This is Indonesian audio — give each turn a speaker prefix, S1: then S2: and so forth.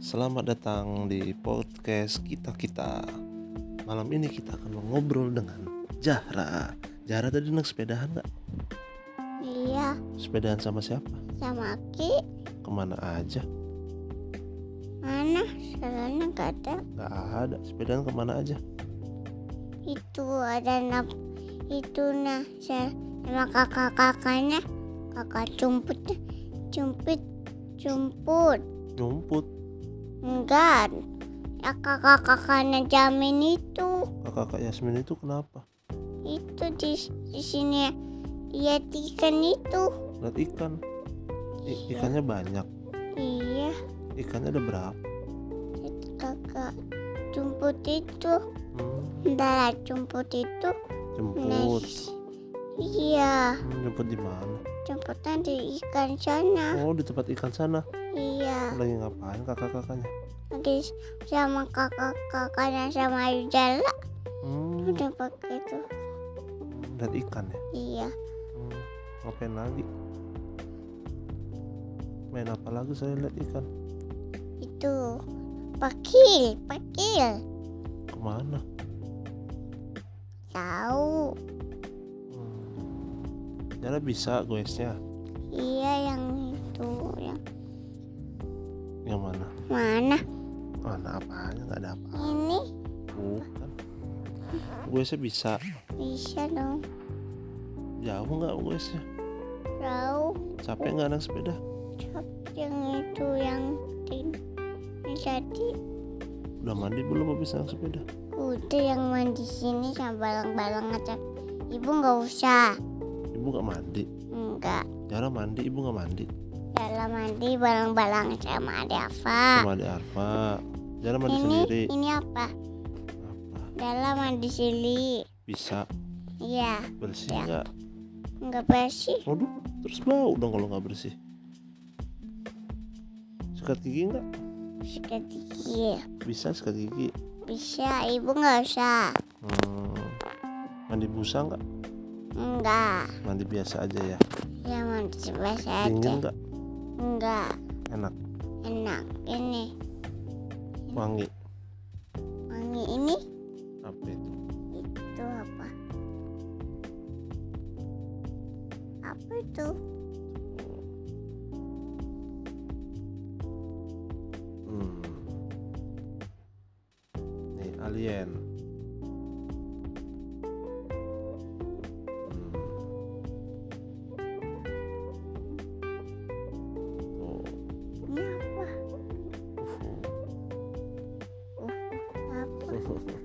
S1: Selamat datang di podcast kita kita. Malam ini kita akan mengobrol dengan Jahra. Jahra tadi naik sepedahan nggak?
S2: Iya,
S1: Sepedahan sama siapa?
S2: sama Ki.
S1: Kemana aja?
S2: Mana? Soalnya nggak ada.
S1: Nggak ada. Sepedahan kemana aja?
S2: Itu ada nap. Itu nah, saya sama kakak-kakaknya. Kakak cumput, cumput, cumput.
S1: Nyumput.
S2: Enggak. Ya kakak-kakaknya jamin itu.
S1: Kakak Yasmin itu kenapa?
S2: Itu di, di sini. Iya, ikan itu.
S1: Lihat ikan. I- ikannya banyak.
S2: Iya,
S1: Ikannya ada berapa?
S2: itu kakak cumput itu.
S1: Hmm,
S2: Enggak, cumput itu.
S1: jemput.
S2: Nice. Iya.
S1: Hmm, jemput di mana?
S2: jemputan di ikan sana
S1: Oh, di tempat ikan sana.
S2: iya
S1: Lagi ngapain kakak-kakaknya?
S2: lagi sama kakak kakaknya sama Yudala
S1: Hmm,
S2: udah pakai itu
S1: lihat ikan ya.
S2: iya
S1: Hmm, ngapain lagi? Main apa lagi saya lihat ikan?
S2: itu pakil pakil
S1: Kemana?
S2: tahu
S1: Hmm. Jara bisa goesnya.
S2: iya yang itu yang
S1: Yang mana?
S2: mana
S1: Mana apanya nggak ada apa?
S2: ini
S1: Bukan. Goesnya bisa.
S2: bisa dong
S1: Jauh nggak goesnya?
S2: tahu
S1: Capek nggak naik sepeda?
S2: yang itu yang tin yang tadi
S1: Udah mandi belum habis naik sepeda?
S2: udah yang mandi sini sama balang-balang ngajak ibu nggak usah
S1: Ibu nggak mandi.
S2: enggak
S1: Jara mandi, ibu nggak mandi.
S2: dalam mandi balang-balang sama ada apa?
S1: Sama ada Arfa. Jara mandi
S2: ini
S1: sendiri.
S2: ini apa?
S1: Apa?
S2: Dalam mandi sili.
S1: Bisa
S2: Iya,
S1: bersih
S2: Ya.
S1: nggak?
S2: nggak bersih.
S1: Waduh, terus bau dong kalau nggak bersih. Sikat gigi nggak?
S2: Sikat gigi.
S1: Bisa sikat gigi.
S2: Iya, Bisa, ibu nggak usah.
S1: Hmm. Mandi busa nggak?
S2: Enggak.
S1: Mandi biasa aja ya.
S2: Ya mandi biasa
S1: Dingin
S2: aja.
S1: nggak?
S2: Enggak.
S1: Enak.
S2: Enak. Ini
S1: Wangi.
S2: wangi ini
S1: Apa itu?
S2: itu apa? Apa itu?
S1: Hmm. Nih alien. Hmm. Tuh,
S2: Ini apa?
S1: UFO.
S2: Uh, Apa?
S1: Nah, ya.